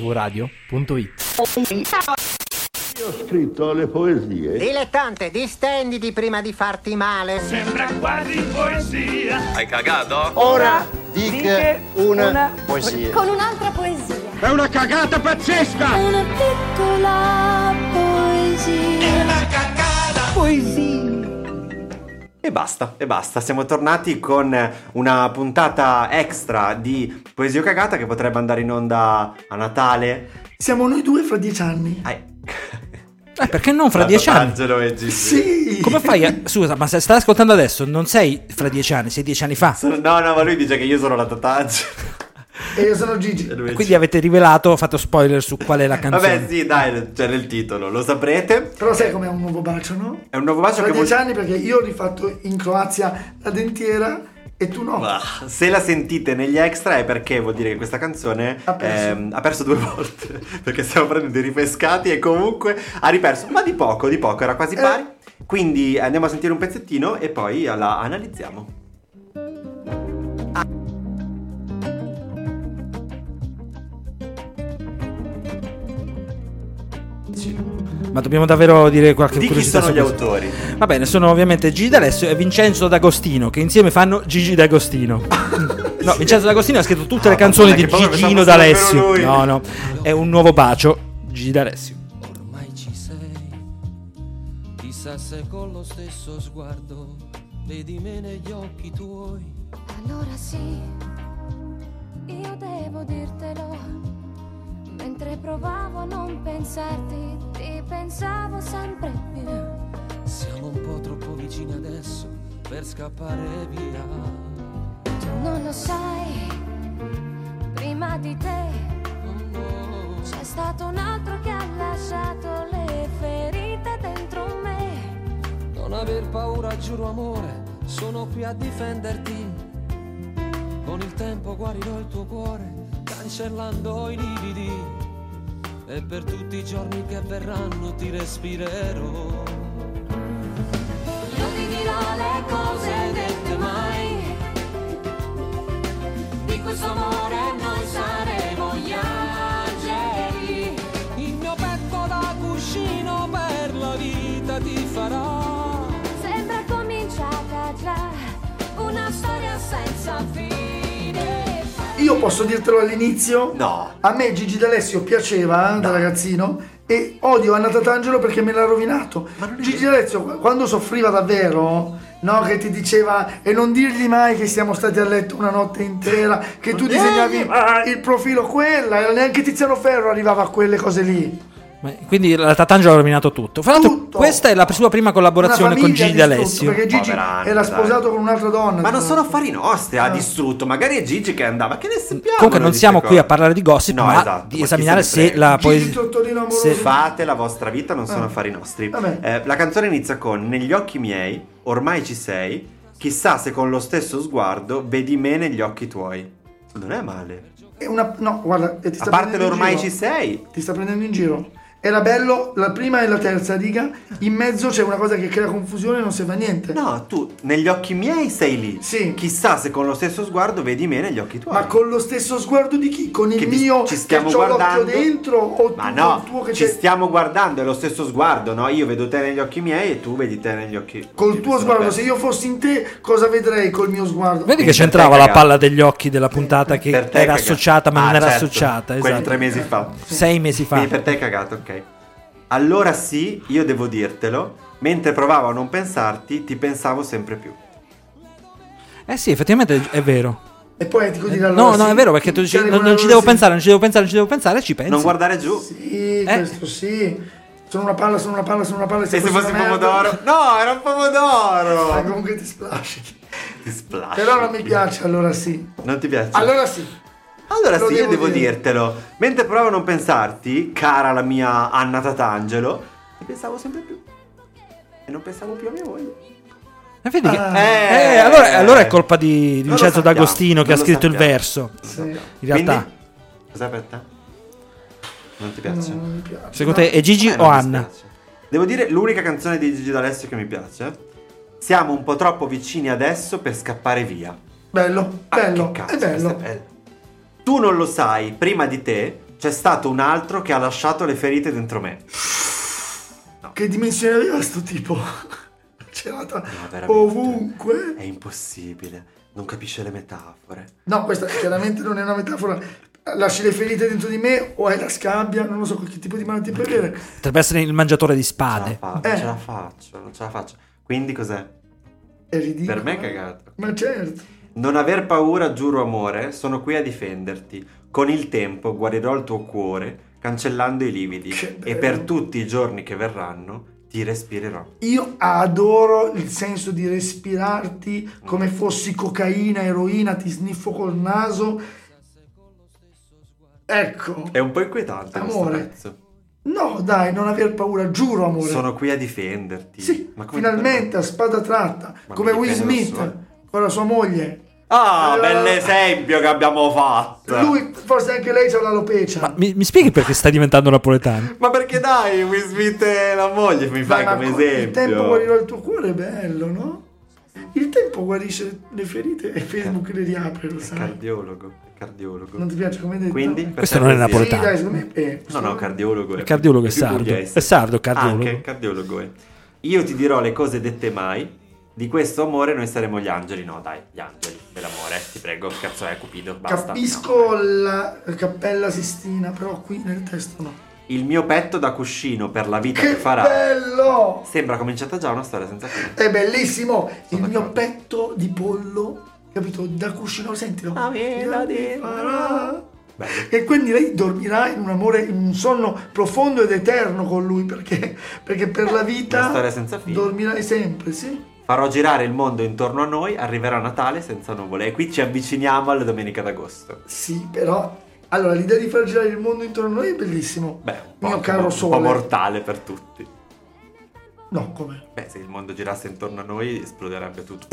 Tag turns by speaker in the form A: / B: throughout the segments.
A: mvradio.it
B: Io ho scritto le poesie.
C: Dilettante, distenditi prima di farti male.
D: Sembra quasi poesia.
E: Hai cagato?
F: Ora dica una, poesia.
G: Con un'altra poesia.
D: È una cagata pazzesca!
G: Una piccola poesia.
F: E basta, e basta. Ah, Siamo tornati con una puntata extra di Poesia Cagata che potrebbe andare in onda a Natale.
H: Siamo noi due fra dieci anni.
F: Ah,
A: Eh, perché non fra dieci anni?
F: Angelo e Gigi.
H: Sì.
A: Come fai a... Scusa, ma se stai ascoltando adesso non sei fra dieci anni, sei dieci anni fa.
F: Sono- No, no, ma lui dice che io sono la Tatangelo.
H: E io sono Gigi.
A: Quindi avete rivelato, fatto spoiler su qual è la canzone.
F: Vabbè, sì, dai, c'è nel titolo, lo saprete.
H: Però sai com'è un nuovo bacio, no?
F: È un nuovo bacio
H: Fra
F: che
H: dieci
F: vuol-
H: anni perché io ho rifatto in Croazia la dentiera e tu no.
F: Ah, Se la sentite negli extra è perché vuol dire che questa canzone ehm,
H: Ha
F: ha perso,
H: perso.
F: due volte. Perché stiamo prendendo i ripescati e comunque ha riperso, ma di poco, di poco, era quasi
H: Eh.
F: pari. Quindi andiamo a sentire un pezzettino e poi la analizziamo.
A: Ma dobbiamo davvero dire qualche
F: Di chi
A: curiosità
F: sono
A: su
F: gli
A: questo?
F: autori?
A: Va bene, sono ovviamente Gigi D'Alessio e Vincenzo D'Agostino, che insieme fanno Gigi D'Agostino. No, Vincenzo D'Agostino ha scritto tutte
F: Ah,
A: le canzoni
F: madonna,
A: di
F: che paura,
A: Gigino
F: pensavo fosse
A: D'Alessio.
F: davvero lui.
A: No, no, è un nuovo bacio, Gigi D'Alessio.
I: ormai ci sei. Chissà se con lo stesso sguardo vedi me negli occhi tuoi.
G: Allora sì, io devo dirtelo. Mentre provavo a non pensarti, ti pensavo sempre più.
I: Siamo un po' troppo vicini adesso per scappare via.
G: Tu non lo sai, prima di te
I: Oh no.
G: c'è stato un altro che ha lasciato le ferite dentro me.
I: Non aver paura, giuro amore, sono qui a difenderti. Con il tempo guarirò il tuo cuore, cancellando i lividi. E per tutti i giorni che verranno ti respirerò.
G: Io ti dirò le cose dette mai. Di questo amore noi saremo gli angeli.
I: Il mio petto da cuscino per la vita ti farà.
G: Sembra cominciata già una storia senza fine.
H: Io posso dirtelo all'inizio?
F: No.
H: A me Gigi D'Alessio piaceva da ragazzino e odio Anna Tatangelo perché me l'ha rovinato. Gigi D'Alessio qu- quando soffriva davvero, no, che ti diceva e non dirgli mai che siamo stati a letto una notte intera, che
F: Eh,
H: tu disegnavi il profilo quella, e neanche Tiziano Ferro arrivava a quelle cose lì.
A: Ma- Quindi la Tatangelo ha rovinato tutto. Fra l'altro,
H: Tutto.
A: questa è la sua prima collaborazione
H: Una
A: con
H: famiglia
A: Gigi
H: distrutta,
A: D'Alessio.
H: Perché Gigi
F: Poverano,
H: era
F: dai.
H: sposato con un'altra donna.
F: Ma non sono affari nostri,
H: Ah.
F: ha distrutto. Magari è Gigi che andava. Che ne sappiamo?
A: Comunque, non
F: di
A: siamo qui
F: queste
A: a
F: cose?
A: parlare di gossip,
F: No,
A: ma
F: esatto,
A: di
F: ma chi
A: esaminare
F: se ne
A: se
F: frega?
A: la
H: Gigi
A: poesia.
H: Tortorino amoroso.
A: se-
F: Fate la vostra vita, non sono
H: Ah.
F: affari nostri.
H: Vabbè.
F: Eh, la canzone inizia con Negli occhi miei, ormai ci sei, chissà se con lo stesso sguardo vedi me negli occhi tuoi. Non è male.
H: È una- no, guarda, e ti
F: A
H: sta
F: parte
H: prendendo in
F: l'ormai
H: giro.
F: ci sei.
H: Ti sta prendendo in giro. Era bello la prima e la terza riga, in mezzo c'è una cosa che crea confusione e non serve a niente.
F: No, tu negli occhi miei sei lì.
H: Sì.
F: Chissà se con lo stesso sguardo vedi me negli occhi tuoi.
H: Ma con lo stesso sguardo di chi? Con il
F: Che vi-
H: mio
F: ci stiamo
H: che c'ho
F: guardando
H: l'occhio dentro o
F: Ma
H: tu
F: no,
H: col tuo che
F: ci
H: c'è?
F: stiamo guardando, è lo stesso sguardo, no? Io vedo te negli occhi miei e tu vedi te negli occhi.
H: Col
F: Io mi
H: tuo
F: sono
H: sguardo,
F: perso.
H: se io fossi in te, cosa vedrei col mio sguardo?
A: Vedi che
F: Quindi per te
A: c'entrava la
F: cagata.
A: palla degli occhi della puntata che
F: Per te
A: era
F: cagato.
A: associata, ma
F: Ah,
A: non era
F: certo,
A: associata.
F: Quelli
A: Esatto.
F: tre mesi fa.
A: Sei mesi fa.
F: Quindi per te è cagato, ok. Allora sì, io devo dirtelo. Mentre provavo a non pensarti, ti pensavo sempre più.
A: Eh sì, effettivamente è vero.
H: È poetico dire allora
A: No, no,
H: sì.
A: è vero perché tu dici
H: Cioè,
A: non, non ci
H: allora
A: devo
H: sì.
A: pensare, non ci devo pensare, non ci devo pensare, e ci pensi.
F: Non guardare giù.
H: Sì, questo sì. Sono una palla, sono una palla, sono una palla.
F: Eh. E se
H: fossi
F: fosse
H: una merda-
F: pomodoro? No, era un
H: Ma
F: pomodoro!
H: comunque ti splash.
F: Ti splash.
H: Però non mi piace, allora sì.
F: Non ti piace?
H: Allora sì.
F: Allora
H: Lo
F: sì, io
H: devo
F: devo
H: dire.
F: dirtelo. Mentre provo a non pensarti, cara la mia Anna Tatangelo, ti pensavo sempre più. E non pensavo più a mia moglie.
A: Eh, vedi che-
H: Ah.
A: eh, allora, allora è colpa di
F: Non lo
A: Vincenzo
F: sappiamo,
A: D'Agostino che ha
F: non lo
A: scritto il
F: sappiamo.
A: verso.
H: Sì.
A: In realtà,
F: Quindi, cos'è per te? Non ti piace?
H: Non mi piace.
A: secondo te è Gigi
F: Eh,
A: o
F: non mi
A: Anna?
F: dispiace. Devo dire, l'unica canzone di Gigi D'Alessio che mi piace. Siamo un po' troppo vicini adesso per scappare via.
H: Bello,
F: Ah,
H: bello,
F: che cazzo,
H: è bello.
F: questa è bella. Tu non lo sai, prima di te c'è stato un altro che ha lasciato le ferite dentro me.
H: Che dimensioni aveva sto tipo? C'era ta-
F: veramente.
H: ovunque.
F: È impossibile. Non capisce le metafore.
H: No, questa chiaramente non è una metafora. Lasci le ferite dentro di me o è la scabbia, non lo so che tipo di malattia puoi avere.
A: Potrebbe essere il mangiatore di
F: Non ce la
A: spade.
F: fa- non
H: Eh.
F: ce la faccio, non ce la faccio. Quindi cos'è?
H: È ridicolo. eh.
F: Per me è cagata.
H: Ma certo.
F: Non aver paura, giuro amore, sono qui a difenderti. Con il tempo guarirò il tuo cuore, cancellando i lividi.
H: Che
F: E
H: bello.
F: per tutti i giorni che verranno, ti respirerò.
H: Io adoro il senso di respirarti come fossi cocaina, eroina, ti sniffo col naso. Ecco.
F: È un po' inquietante questo
H: Amore.
F: pezzo.
H: No, dai, non aver paura, giuro amore.
F: Sono qui a difenderti.
H: Sì,
F: Ma come ti
H: finalmente a spada tratta,
F: Ma
H: come
F: mi
H: Will
F: dipende da
H: Smith
F: solo.
H: con la sua moglie.
F: Ah,
H: Eh,
F: bell'esempio che abbiamo fatto.
H: Lui, forse anche lei c'ha l'alopecia.
A: Ma mi, mi spieghi perché stai diventando napoletano?
F: Ma perché dai, Will Smith e la moglie mi fai
H: Dai, ma
F: come
H: co-
F: esempio?
H: Il tempo guarirà il tuo cuore, è bello, no? Il tempo guarisce le ferite e Facebook le riapre, lo
F: È
H: sai.
F: cardiologo, è cardiologo.
H: Non ti piace come hai detto?
F: Quindi? per
A: Questo
F: te
A: non è
F: così?
A: napoletano.
H: Sì, dai, secondo me eh, è-
F: No, no, cardiologo è.
A: Il cardiologo è
F: più
A: sardo.
F: pugliese.
A: È sardo, cardiologo.
F: Anche cardiologo è. Io ti dirò le cose dette mai. Di questo amore noi saremo gli angeli. No, dai, gli angeli dell'amore. Ti prego, cazzo è Cupido, basta.
H: Capisco
F: No.
H: la cappella Sistina, però qui nel testo no.
F: Il mio petto da cuscino per la vita che,
H: Che
F: farà.
H: bello!
F: Sembra cominciata già una storia senza fine.
H: È bellissimo! Il
F: Sono
H: mio
F: d'accordo.
H: petto di pollo, capito? Da cuscino, sentilo. Grande farà.
F: Bello.
H: E quindi lei dormirà in un amore, in un sonno profondo ed eterno con lui, perché, perché per la
F: Una
H: vita
F: storia senza fine.
H: dormirai sempre, sì?
F: Farò girare il mondo intorno a noi, arriverà Natale senza nuvole. E qui ci avviciniamo alla domenica d'agosto.
H: Sì, però... Allora, l'idea di far girare il mondo intorno a noi è bellissimo.
F: Beh, un po',
H: mio caro
F: un po'
H: sole.
F: mortale per tutti.
H: No, come?
F: Beh, se il mondo girasse intorno a noi esploderebbe tutto.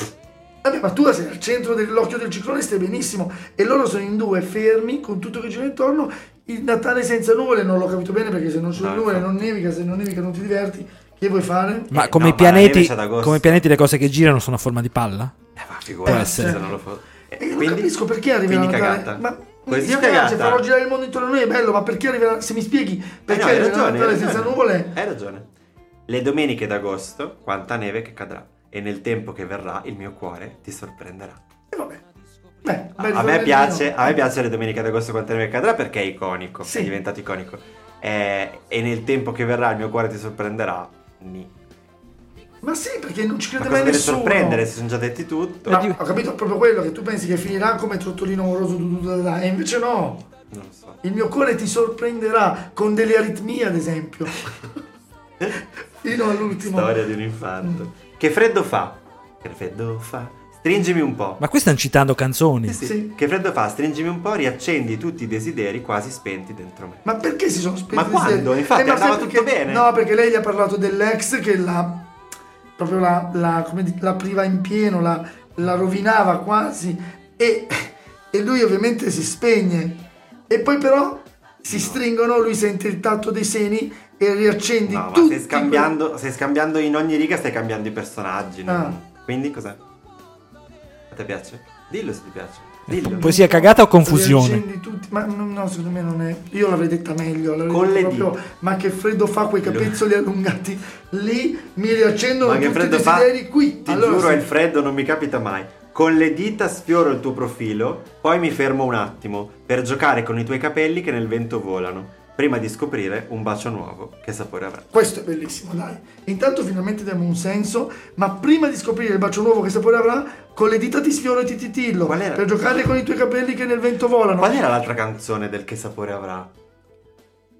H: Vabbè, ma tu sei al centro dell'occhio del ciclone, stai benissimo. E loro sono in due, fermi, con tutto che gira intorno. Il Natale senza nuvole non l'ho capito bene perché se non sono
F: No,
H: nuvole
F: infatti.
H: non nevica, se non nevica non ti diverti. Che vuoi fare?
A: Ma
F: Eh,
A: come,
F: no,
A: i
F: ma la neve
A: pianeti,
F: c'è ad agosto.
A: come i pianeti le cose che girano sono a forma di palla?
F: Eh, ma figurati
A: Può
F: se
A: essere.
F: non lo fa.
H: E io Eh, non capisco perché arriverà
F: quindi
H: Natale.
F: cagata.
H: Ma mi
F: Così ho
H: dispiace,
F: cagata.
H: farò girare il mondo intorno a noi, è bello, ma perché arriverà... Se mi spieghi
F: Eh
H: perché
F: no, hai
H: arriverà
F: ragione,
H: Natale
F: hai
H: senza
F: ragione.
H: nuvole...
F: Hai ragione. Le domeniche d'agosto, quanta neve che cadrà. E nel tempo che verrà, il mio cuore ti sorprenderà.
H: E vabbè. Beh,
F: A-
H: bel
F: a, me
H: ritornellino.
F: piace, a me piace le domeniche d'agosto quanta neve cadrà perché è iconico,
H: Sì.
F: è diventato iconico. Eh, e nel tempo che verrà, il mio cuore ti sorprenderà. Ni.
H: Ma sì, perché non ci
F: Ma
H: crede
F: cosa
H: mai
F: deve
H: nessuno.
F: sorprendere se sono già detti tutto?
H: Ma ho capito proprio quello che tu pensi che finirà come trottolino amoroso du- du- du- da- e invece no.
F: Non lo so.
H: Il mio cuore ti sorprenderà con delle aritmie, ad esempio. Fino all'ultimo.
F: Storia di un infarto. Che freddo fa? Che freddo fa? Stringimi un po'.
A: Ma qui stanno citando canzoni.
F: Sì, sì.
H: Sì.
F: Che freddo fa? Stringimi un po', riaccendi tutti i desideri quasi spenti dentro me.
H: Ma perché si sono spenti?
F: Ma
H: i
F: quando?
H: desideri?
F: Infatti
H: ma
F: andava
H: sai
F: tutto
H: perché-
F: bene.
H: No, perché lei gli ha parlato dell'ex che la proprio la, la- come di- la priva in pieno, la, la rovinava quasi e, e lui ovviamente si spegne. E poi però si stringono, lui sente il tatto dei seni e riaccendi
F: No, ma
H: tutti
F: stai scambiando, stai scambiando in ogni riga, stai cambiando i personaggi. no?
H: Ah.
F: Quindi cos'è? A te piace? Dillo se ti piace. Dillo.
A: Poesia cagata o confusione?
H: Riaccendi tutti, ma no, no, secondo me non è. Io l'avrei detta meglio. l'avrei
F: Con
H: detta
F: le
H: proprio,
F: dita.
H: Ma che freddo fa quei capezzoli allungati lì? Mi riaccendono
F: ma che
H: tutti
F: freddo
H: i
F: fa?
H: desideri qui.
F: Ti
H: Allora,
F: giuro,
H: sì.
F: è il freddo, non mi capita mai. Con le dita sfioro il tuo profilo, poi mi fermo un attimo per giocare con i tuoi capelli che nel vento volano, prima di scoprire un bacio nuovo che sapore avrà.
H: Questo è bellissimo, dai. Intanto finalmente diamo un senso, ma prima di scoprire il bacio nuovo che sapore avrà, con le dita ti sfioro e ti titillo.
F: Qual era?
H: Per giocare con i tuoi capelli che nel vento volano.
F: Qual era l'altra canzone del che sapore avrà?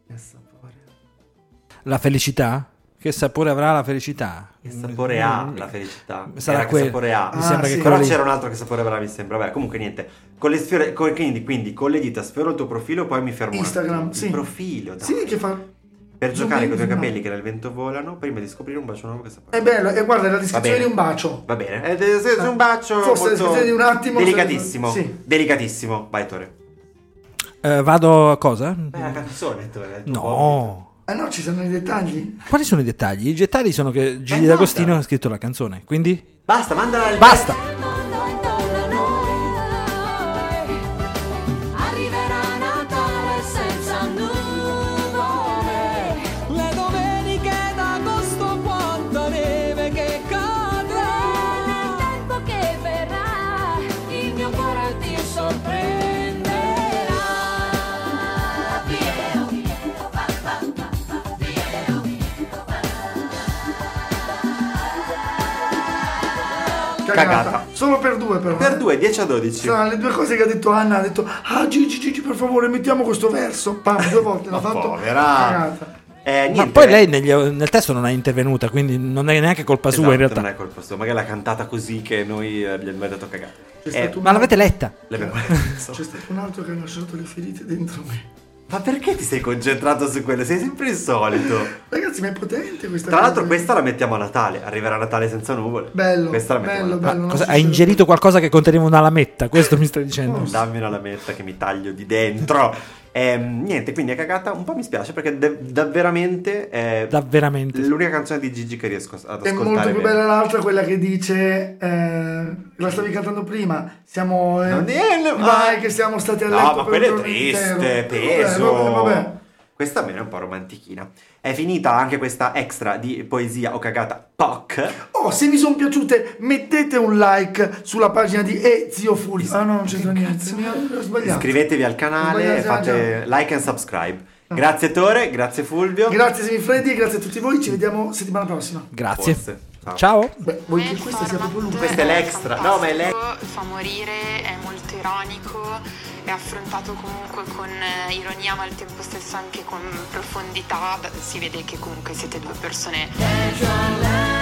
F: Che sapore avrà?
A: La felicità? Che sapore avrà la felicità?
F: Che sapore ha la felicità?
A: Sarà
F: Era che
A: quel-
F: sapore ha?
A: Mi sembra
H: Ah, sì.
A: che
F: Però
A: quello lì-
F: c'era un altro che sapore avrà, mi sembra. Vabbè, comunque niente. Con le sfiore, con- quindi, quindi con le dita sfioro il tuo profilo, poi mi fermo. un
H: Instagram,
F: attimo.
H: sì.
F: Il profilo, dai.
H: Sì, che fa.
F: Per giocare
H: non
F: con i tuoi
H: mi-
F: capelli che nel vento volano, prima di scoprire un bacio nuovo che sapore.
H: È bello, e guarda, è la descrizione
F: bene.
H: di un bacio.
F: Va bene. Ed è- Eh, se- se un bacio.
H: Forse la
F: molto
H: descrizione di un attimo-
F: Delicatissimo.
H: Sì.
F: Delicatissimo. Vai, Tore.
A: Eh, vado a cosa?
F: È una canzone, Tore. è il tuo compito.
A: No.
H: Ah no, ci sono i dettagli.
A: Quali sono i dettagli? I dettagli sono che Gigi
F: Eh,
A: D'Agostino
F: guarda.
A: ha scritto la canzone, quindi
F: Basta, mandala al
A: basta!
G: Il mondo intorno a noi. Arriverà Natale senza noi. sorprenderà. Via,
F: Cagata.
H: Solo per due però. eh.
F: Per 2, 10 a 12.
H: Sono le due cose che ha detto Anna, ha detto "Ah Gigi Gigi per favore, mettiamo questo verso". Pam, due volte l'ha
F: Ma
H: fatto.
F: povera.
H: Cagata.
F: Eh,
A: Ma
F: niente,
A: poi
F: eh.
A: lei negli- nel testo non è intervenuta, quindi non è neanche colpa
F: Esatto,
A: sua in realtà.
F: Non è colpa sua, magari l'ha cantata così che noi eh, gli abbiamo detto cagata.
H: C'è
F: Eh,
H: stato un
A: Ma l'avete letta?
F: l'abbiamo-
H: C'è stato un altro che ha lasciato le ferite dentro me.
F: Ma perché ti sei concentrato su quello? Sei sempre il solito.
H: Ragazzi, ma è potente questa
F: Tra
H: cosa.
F: l'altro questa la mettiamo a Natale, arriverà Natale senza nuvole.
H: Bello,
F: Questa la mettiamo a
H: bello,
F: Natale.
H: bello. non
A: Cosa-
H: so
A: ha
H: se-
A: ingerito qualcosa che conteneva una lametta, questo mi stai dicendo.
H: Forse.
F: Dammi una lametta che mi taglio di dentro. Ehm, niente, quindi è cagata. Un po' mi spiace perché dav- davveramente è
A: Davveramente.
F: eh, l'unica canzone di Gigi che riesco ad
H: È molto
F: ascoltare.
H: più
F: bene.
H: bella l'altra, quella che dice. eh, la stavi cantando prima. Siamo. eh,
F: Non è-
H: vai, che siamo stati a
F: No,
H: letto.
F: ma
H: per un
F: quello è
H: giorno
F: triste,
H: intero.
F: peso.
H: Vabbè, vabbè, vabbè.
F: Questa almeno è un po' romantichina. È finita anche questa extra di poesia o cagata POC.
H: Oh, se vi sono piaciute, mettete un like sulla pagina di Ezio Fulvio. Ah, no, non c'entra niente. Mi ho sbagliato.
F: Iscrivetevi al
H: Sbagliato,
F: canale e
H: già,
F: fate like and subscribe. Grazie Tore, grazie Fulvio.
H: Grazie, Semifreddi, grazie a tutti voi. Ci vediamo settimana prossima.
A: Grazie.
F: Forse. Ciao.
A: Ciao.
H: Beh, vuoi
E: Eh,
H: che questa sia proprio l'ultima?
F: Questa è l'extra. No, ma è l'extra.
E: fantastico, Fa morire, è molto ironico, è affrontato comunque con eh, ironia ma al tempo stesso anche con profondità. Si vede che comunque siete due persone
G: via.